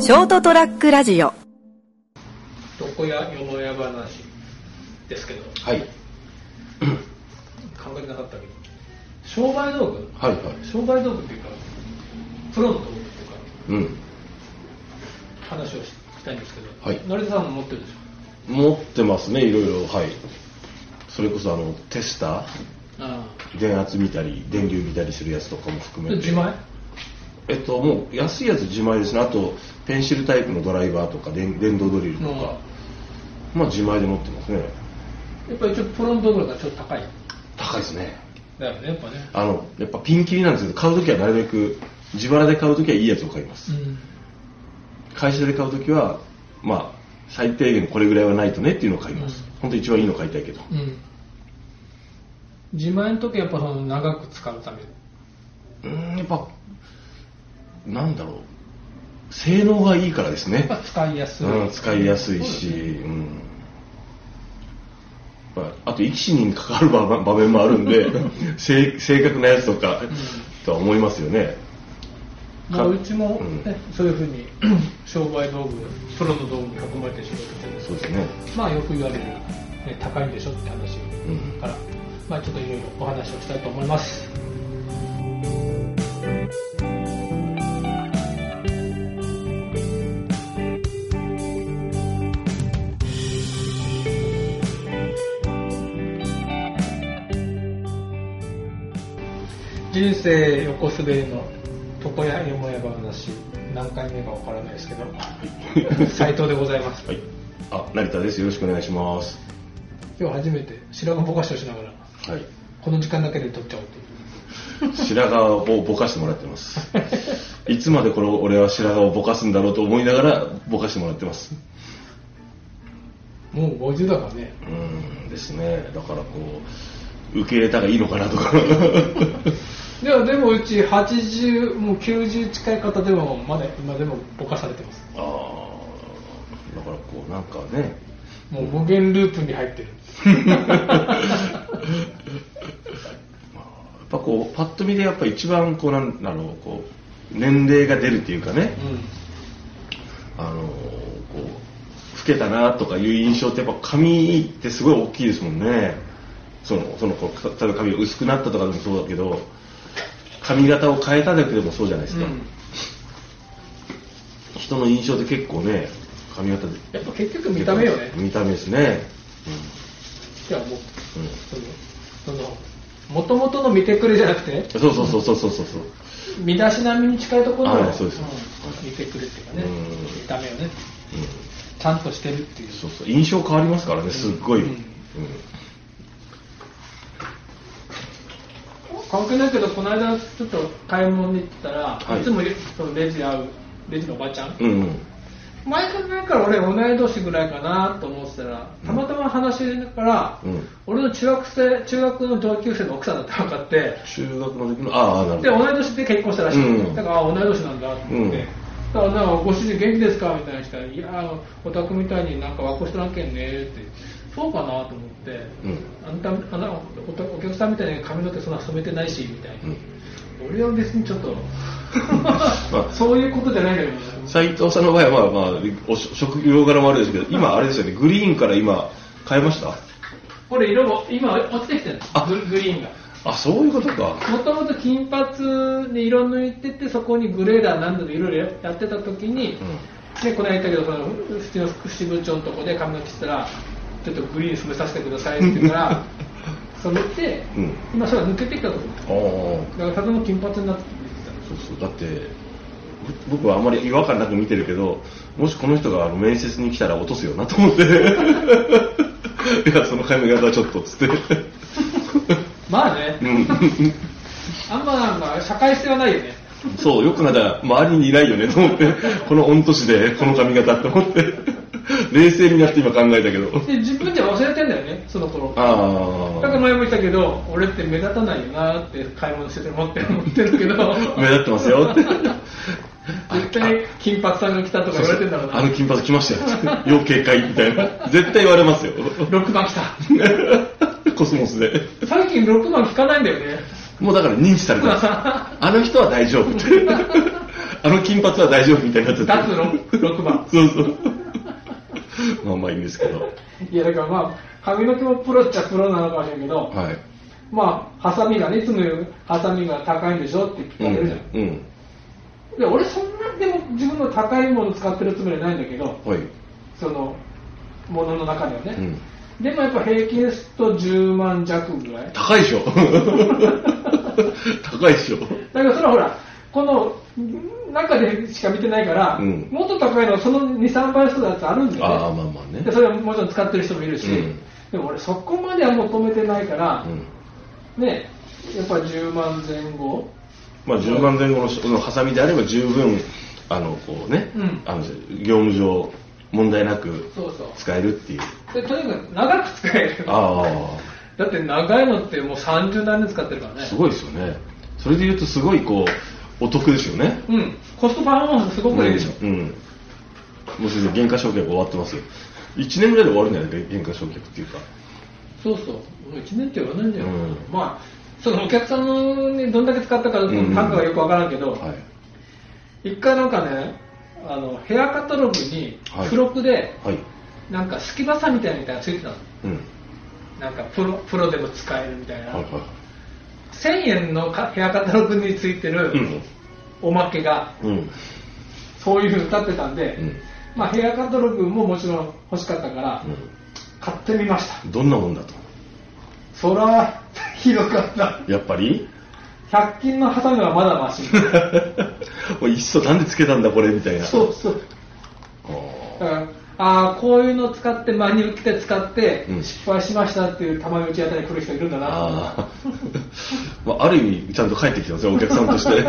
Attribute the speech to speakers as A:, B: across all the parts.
A: ショートトラックラジオ
B: 床屋よもや話ですけど
C: はい。
B: 考えてなかったけど商売道具
C: はいはい。
B: 商売道具っていうかプロの道具っていう
C: うん。
B: か話をしたいんですけど、
C: はい
B: 成田さんも持ってるでしょ
C: 持ってますね、いろいろ。はい。それこそ、あの、テスタ
B: あ
C: ー、電圧見たり、電流見たりするやつとかも含めて。
B: 自前
C: えっと、もう、安いやつ自前ですね。あと、ペンシルタイプのドライバーとか、電電動ドリルと
B: の
C: か、まあ、自前で持ってますね。
B: やっぱりちょっとプロの道具だからちょっと高い
C: 高いですね。
B: だよねやっぱね
C: あの、やっぱピンキリなんですけど、買うときはなるべく、自腹で買うときはいいやつを買います。
B: うん
C: 会社で買うときは、まあ、最低限これぐらいはないとねっていうのを買います。
B: うん
C: 本当一番いいの買いたいけど。
B: うん自前の時はやっぱその長く使うため
C: うーんやっぱなんだろう性能がいいからです ね
B: やっぱ使いやすい、
C: うん、使いやすい
B: そ
C: し、
B: うですね
C: うん、やっぱあと生き死にに関わる場場面もあるん で正正確なやつとか、とは思いますよね
B: まあ、うちも、
C: うん
B: ねそういうふうに 商売道具プロの道具に囲まれて仕事してるんです
C: そうですね
B: まあよく言われる、ね、高いんでしょって話
C: うん
B: から、まあちょっといろいろお話をしたいと思います。人生横滑りの床屋よもや話何回目かわからないですけど斉藤でございます
C: はいあ成田ですよろしくお願いします
B: 今日初めて白髪ぼかしをしながら
C: はい
B: この時間だけで撮っちゃおうという
C: 白髪をぼかしてもらってます いつまでこれを俺は白髪をぼかすんだろうと思いながらぼかしてもらってます
B: もう50だからね
C: うんですねだからこう受け入れたらいいのかな とか
B: でもでもうち80もう90近い方でもまだ今でもぼかされてます
C: ああだからこうなんかね
B: もう無限ループに入ってる
C: やっぱこうパッと見でやっぱ一番こうなんだろうこう年齢が出るっていうかねあのこう老けたなとかいう印象ってやっぱ髪ってすごい大きいですもんねそのそのこう例えば髪が薄くなったとかでもそうだけど髪型を変えただけでもそうじゃないです
B: うん、
C: か、人の印象って結構ね髪型で
B: やっぱ結局見た目よね
C: 見た目ですね、
B: じゃあもう
C: うんうん
B: そのその元々の見てくれじゃなくて
C: そうそうそうそうそうそうそう。
B: 身だしなみに近いところの、
C: はいそうです
B: ん見てくれっていうかね
C: うん
B: 見た目をねちゃんとしてるっていう
C: そうそう印象変わりますからね、すっごい。
B: う
C: うんん
B: 関係ないけどこの間ちょっと買い物に行ったら、
C: はい
B: い、つもそのレジ会うレジのおばちゃん、
C: うんうん
B: 前から前から俺同い年ぐらいかなと思ってたらたまたま話しながら、
C: うん
B: 俺の中学生中学の同級生の奥さんだったの分かって
C: 中学の時の、ああ、な
B: で
C: るほ
B: 同
C: ど。
B: い年で結婚したらしい、
C: うん
B: だからあ同い年なんだと思って、
C: うん
B: だからなんかご主人元気ですかみたいな人いやお宅みたいになんか和光してなきゃねってそうかなと思って、
C: うん
B: あんたあなおたお客さんみたいに髪の毛そんな染めてないしみたいな、
C: うん
B: 俺は別にちょっ と、
C: まあ
B: そういうことじゃないんだけど
C: 斉藤さんの場合は、まあまあ、おし職業柄もあるですけど、今、あれですよね、グリーンから今、変えました
B: これ色も今落ちてきてるんです
C: あ
B: ググリーンが
C: あ、そういうことか。
B: もともと金髪に色抜いててそこにグレーだなんだといろいろやってた時に、でこの間言ったけどその普通の福祉部長のとこで髪の毛したらちょっとグリーン染めさせてくださいって言うから 染めて、
C: うん
B: 今それは抜けてきたとこ
C: うん。ああ。
B: だからただの金髪になってきてた
C: そうそうだってぼ僕はあんまり違和感なく見てるけどもしこの人があの面接に来たら落とすよなと思って いやその髪型はちょっとっつって
B: まあね、
C: うん
B: あんまなんか社会性はないよね
C: そうよく考えたら周りにいないよねと思ってこの御年でこの髪型と思って冷静になって今考えたけど
B: で自分で忘れてんだよねその頃
C: あ
B: だから
C: あ
B: 前も言ったけど俺って目立たないよなって買い物してて思って思ってるけど
C: 目立ってますよって
B: 絶対金髪さんが来たとか言われてんだろう
C: あ
B: な
C: の金髪来ましたよよう警戒みたいな絶対言われますよ
B: 6番来た
C: コスモスで
B: 最近6番聞かないんだよね
C: もうだから認知されてます。あの人は大丈夫って。あの金髪は大丈夫みたいになっちゃって
B: 脱六六番
C: そうそう まあまあいいんですけど
B: いやだからまあ髪の毛もプロっちゃプロなのかもしれんけど、
C: はい
B: まあハサミがねいつも言うハサミが高いんでしょって
C: う
B: 言ってるじゃん、
C: んうん
B: で俺そんなでも自分の高いもの使ってるつもりはないんだけど
C: はい
B: そのものの中ではね、
C: うん
B: でもやっぱ平均ですと10万弱ぐらい
C: 高いでしょ 高いでしょ
B: だからそれはほらこの中でしか見てないから、
C: うん
B: もっと高いのはその23倍の人だってあるんだ
C: ああ
B: よね
C: まあまあね
B: でそれはもちろん使ってる人もいるし、
C: うん
B: でも俺そこまでは求めてないから
C: う、ん
B: ねやっぱ10万前後
C: まあ10万前後のそのハサミであれば十分あのこうね、
B: うん
C: あの業務上問題なく
B: そうそう
C: 使えるっていう
B: でとにかく長く使える
C: あ
B: だって長いのってもう30何年使ってるから
C: あ
B: ね
C: すごいですよねそれでいうとすごいこうお得ですよね
B: うんコストパフォーマンスすごくいいでしょ、
C: うん、うんもう先生減価償却終わってますよ1年ぐらいで終わるんじゃないですか減価償却っていうか
B: そうそう、もう1年って言わないんだよ、
C: うん
B: まあ、そのお客さんにどんだけ使ったか、単価がよくわからんけど、
C: はい
B: 一回なんかね、あのヘアカタログに
C: はい
B: 付録で、
C: はい
B: なんか隙間さみたいなのがついてたの、
C: うん
B: なんかプロプロでも使えるみたいな、
C: はいは
B: 1000円のかヘアカタログについてる
C: いうん
B: おまけが、
C: うん
B: そういうふうに歌ってたんで、
C: うん
B: まあ、ヘアカタログももちろん欲しかったから、買ってみました、
C: うんどんなもんだと
B: そら、ひどかった、
C: やっぱり
B: 100均のハサミはまだマシ。
C: もういっそなんでつけたんだこれみたいな
B: そうそう
C: あー
B: だからああこういうのを使って真に受けて使って
C: うん
B: 失敗しましたっていう玉打ちあたりに来る人いるんだな
C: あーまあある意味ちゃんと帰ってきてますよお客さ んとして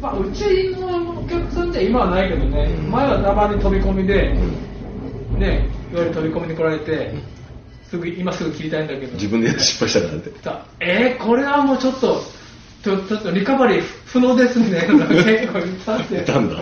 B: まあ、うちのお客さんじゃ今はないけどね、
C: うん
B: 前はたまに飛び込みで
C: う、ん
B: ね、夜飛び込みに来られてすぐ今すぐ切りたいんだけど
C: 自分でやって失敗したからって
B: さえー、これはもうちょっとちょちょっとリカバリー不能ですみたいなのが結構いたっ
C: い
B: て
C: たんだ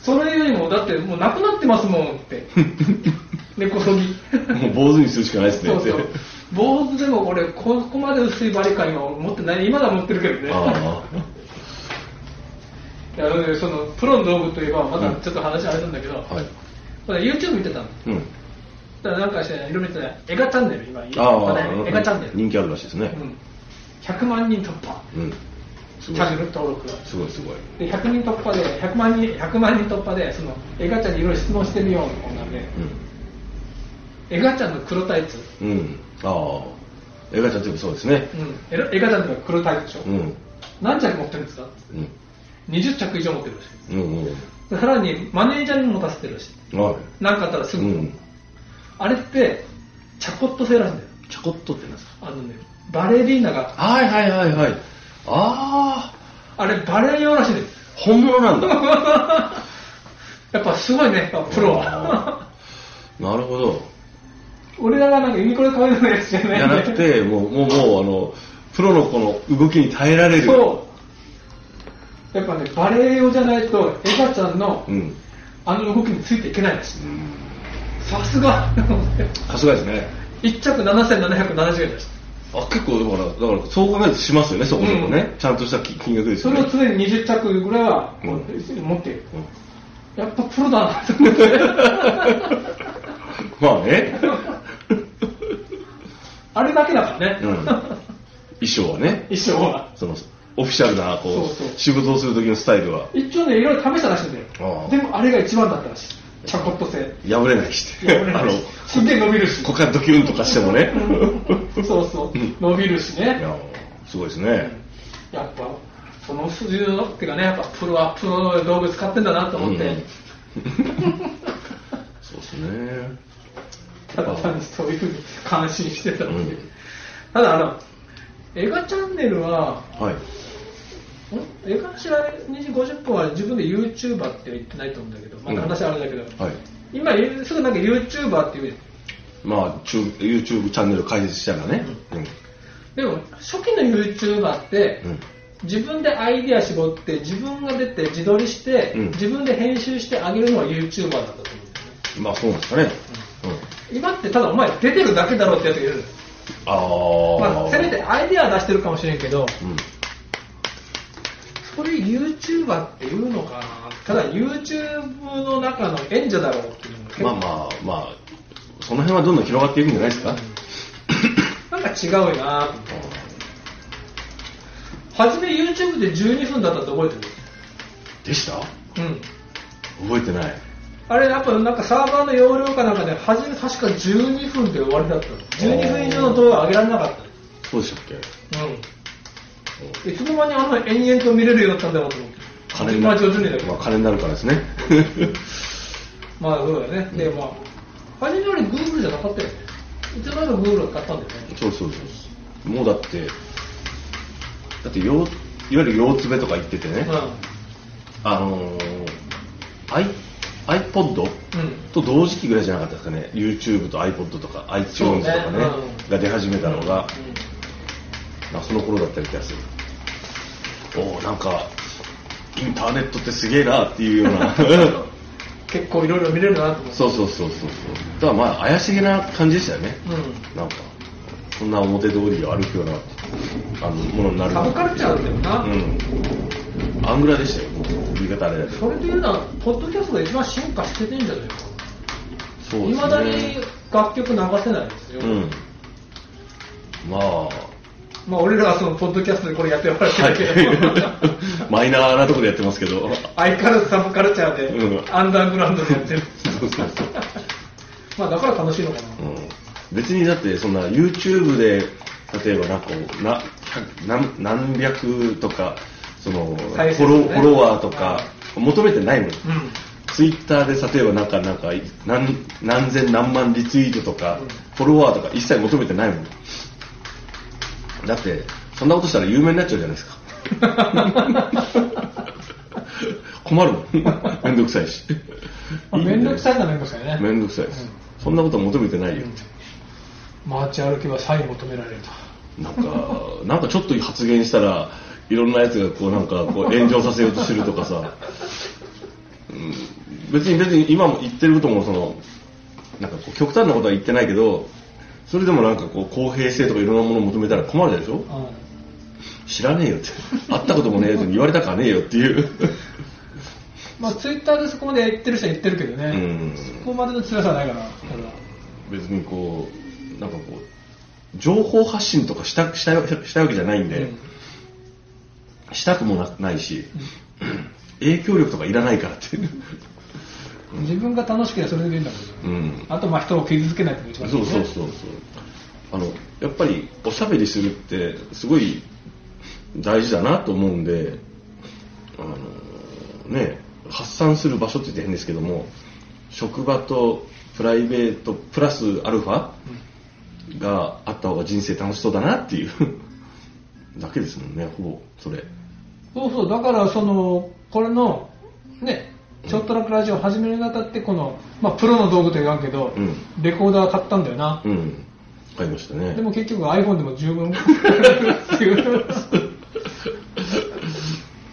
B: それよりもだってもうなくなってますもん って根こそぎ
C: もう坊主にするしかないですね
B: そうそう
C: って。
B: 坊主でも俺、ここまで薄いバリカンは持ってない、今だ持ってるけどね。
C: あ
B: いやだからそのプロの道具といえば、まだちょっと話あれなんだけど、
C: あはい
B: まだ YouTube 見てたの。
C: うん
B: だからなんかして、いろいろ見てたら、映画チャンネル、今、ま
C: あ
B: だ
C: あ
B: 映画チャンネル。
C: 人気あるらしいですね
B: うん、100万人突破、
C: うん、す
B: チ
C: ごい
B: ャンネル登録が。
C: すごいすごい
B: で100人突破で、100万人 ,100 万人突破で、そのエガちゃんにいろいろ質問してみようこんなんで、エガちゃんの黒タイツ、
C: うん、うん、ああ映画ちゃんっていうかそうですね
B: うん、エガエガちゃんとか黒タイツでしょ、
C: うんうん
B: 何着持ってるんですかって20着以上持ってるらしい。
C: うんうん
B: でさらにマネージャーにも持たせてるし、
C: は
B: なんかあったらす
C: い、
B: ぐ、
C: うん、
B: あれって、チャコット制なんだよ。
C: ちょこっとってなんですか
B: あのね、バレリーナが、
C: はいはいはいはいああ
B: あれバレエ用らしいです。
C: 本物なん だ
B: やっぱすごいね、やっぱプロは。
C: なるほど
B: 俺らがなんかユニクロで買うようなやつじゃ
C: じ
B: ない
C: ゃなくてもうもうもうあのプロのこの動きに耐えられる
B: そう。やっぱね、バレエ用じゃないと、エガちゃんの
C: うん
B: あの動きについていけないです。さすが
C: さすがですね
B: !1 着7770円です。
C: あ結構だからだからそう考えるとしますよねそこそこね、
B: う
C: ちゃんとした金金額です
B: そ
C: よね
B: れを常に20着ぐらいは
C: うん
B: 持っている。
C: うん
B: やっぱプロだなと思って。
C: まあね
B: あれだけだからね。
C: うん衣装はね
B: 一生は。
C: そのオフィシャルなこう
B: そうそう
C: 仕事をする時のスタイルは
B: 一応ね、いろいろ試したらしいんだ
C: あ
B: よ。
C: あ
B: でもあれが一番だったらしい。チャコット製。
C: 破れないし
B: いや、俺
C: あ
B: ら
C: の
B: ね、すげえ伸びるし。
C: 股間ドキュンとかしても ね
B: そうそう
C: うん。
B: 伸びるし
C: い
B: ね。
C: やすごいですね、
B: やっぱ、その筋の、っていうかね、やっぱプロはプロの道具使ってんだなと思っ
C: う
B: て
C: ん、そうですね
B: ただ単にそういうふうに感心してたっていう
C: うん
B: ただ、あの、映画チャンネルは、
C: はい
B: ん映画知らない2時50分は自分で YouTuber って言ってないと思うんだけど、ま
C: うん
B: た話あれだけど、
C: はい
B: 今すぐなんか YouTuber って言うじ
C: まあ、チュ YouTube チャンネル開設したらね、うん
B: ゃんでも初期の YouTuber って、
C: うん
B: 自分でアイディア絞って自分が出て自撮りして、
C: うん
B: 自分で編集してあげるのは YouTuber だったと思う
C: まあそうなんですかね、うん
B: 今ってただお前出てるだけだろってやつがいるの
C: ああ、
B: まあ、せめてアイディアは出してるかもしれんけど
C: うん、
B: これ YouTuber っていうのかなただ YouTube の中の演者だろうっていうの結構
C: まあまあまあその辺はどんどん広がっていくんじゃない ですか、
B: なんか違うよなぁ初め YouTube で12分だったって覚えて
C: でした
B: るうん
C: 覚えてない
B: あれやっぱなんかサーバーの容量かなんかで初め確か12分で終わりだったの12分以上の動画上げられなかっ
C: そうでしたっけ
B: たのうんいつの間にあの延々と見れるようになったんだろうと思って
C: 金に
B: ま
C: な
B: あ
C: る
B: 上手にだけ
C: まあ
B: ど
C: 金になるからですね
B: まあそうだね、でまあ初めより Google じゃなかったよねいつの間にか Google を買ったんだよね
C: そうそうそうそうもうだってだって腰いわゆる腰つべとか言っててね、あのー、I iPod
B: うんうん
C: と同時期ぐらいじゃなかったですかね YouTube と iPod とか iTunes とか
B: そう
C: ね
B: ね
C: が出始めたのが、
B: うん
C: まあその頃だったり気がするおおなんかインターネットってすげえなっていうような
B: 結構いろいろ見れるなと思って
C: そうそうそうそうそうだからまあ怪しげな感じでしたよね
B: うん
C: なんかこんな表通りを歩くようなあのものになる
B: サブカルチャーだよな、
C: うんアングラでしたよもう言い方あれだけど
B: それでいうならポッドキャストが一番進化しててんじゃないか
C: そう
B: いま、未だに楽曲流せないですよ、
C: うんまあ
B: まあ俺らはそのポッドキャストでこれやってもらってるけど、
C: はい マイナーなところでやってますけど
B: 相変わらずサブカルチャーで、
C: うん
B: アンダーグラウンドでやってる
C: そうそうそう
B: まあだから楽しいのかな、
C: うん別にだってそんな YouTube で例えばなんかこうな100何何百とかその、
B: 再
C: フ
B: 生数
C: ォロ
B: ね
C: ーフォロワーとか求めてないもん
B: うん
C: ツイッターで例えばなんかなんか何何千何万リツイートとか、
B: うん
C: フォロワーとか一切求めてないもんだってそんなことしたら有名になっちゃうじゃないですか 困るもんめんどくさいし
B: まあ、めんどくさ
C: い
B: いなめんどくさいね
C: めんどくさいです、そんなこと求めてないよ
B: 街歩けばサイン求められると
C: なんかなんかちょっと発言したらいろんなやつがこうなんかこう炎上させようとするとかさ、うん、別に別に今も言ってることもそのなんかこう極端なことは言ってないけどそれでもなんかこう公平性とかいろんなものを求めたら困るでしょ
B: う
C: 知らねえよって会ったこともねえやつに言われたかねえよっていう、
B: んまあツイッターでそこまで言ってる人は言ってるけどね、
C: うん、
B: そこまでの辛さはないかな、俺は
C: 別にこうなんかこう情報発信とかしたしたしたわけじゃないんで、
B: うん
C: したくもなないし、影響力とかいらないからっていう、
B: 自分が楽しければそれでいいんだもんね
C: うん、
B: あとまあ人を傷つけないっていうのが一
C: そ
B: 番
C: う
B: いい
C: そう
B: ね
C: そうそうあのやっぱりおしゃべりするってすごい大事だなと思うんであのね発散する場所って言って変ですけども職場とプライベートプラスアルファがあった方が人生楽しそうだなっていうだけですもんねほぼそれ
B: そうそうだからそのこれのねちょっとだけラジオを始めるにあたってこの、まあ、プロの道具と言わんけど、
C: うん
B: レコーダー買ったんだよな、
C: うん買いましたね
B: でも結局 iPhone でも十 分っていう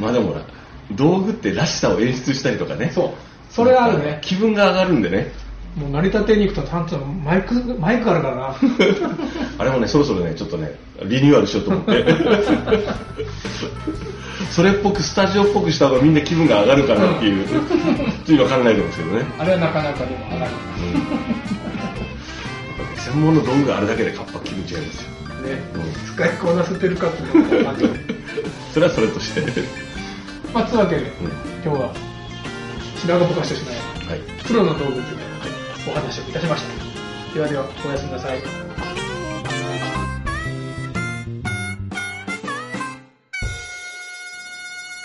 C: まあでもほら道具ってらしさを演出したりとかね
B: そうそれはあるね
C: 気分が上がるんでね
B: もう成り立てに行くとちゃんとマイクマイクあるからな
C: あれもね、そろそろね、ちょっとね、リニューアルしようと思って。それっぽく、スタジオっぽくした方がみんな気分が上がるかなっていう、ちょっと今考えてますけどね。
B: あれはなかなかでも上がる
C: うんやっぱね専門の道具があるだけでカッパ気分違いますよ。
B: ね
C: うん
B: 使いこなせてるかっていうの が分かんない
C: それはそれとして。
B: まあつうわけで、
C: うん
B: 今日は白髪ぼかしてしまい
C: はい。
B: プロの動物でお話をいたしました。ではでは、おやすみなさい。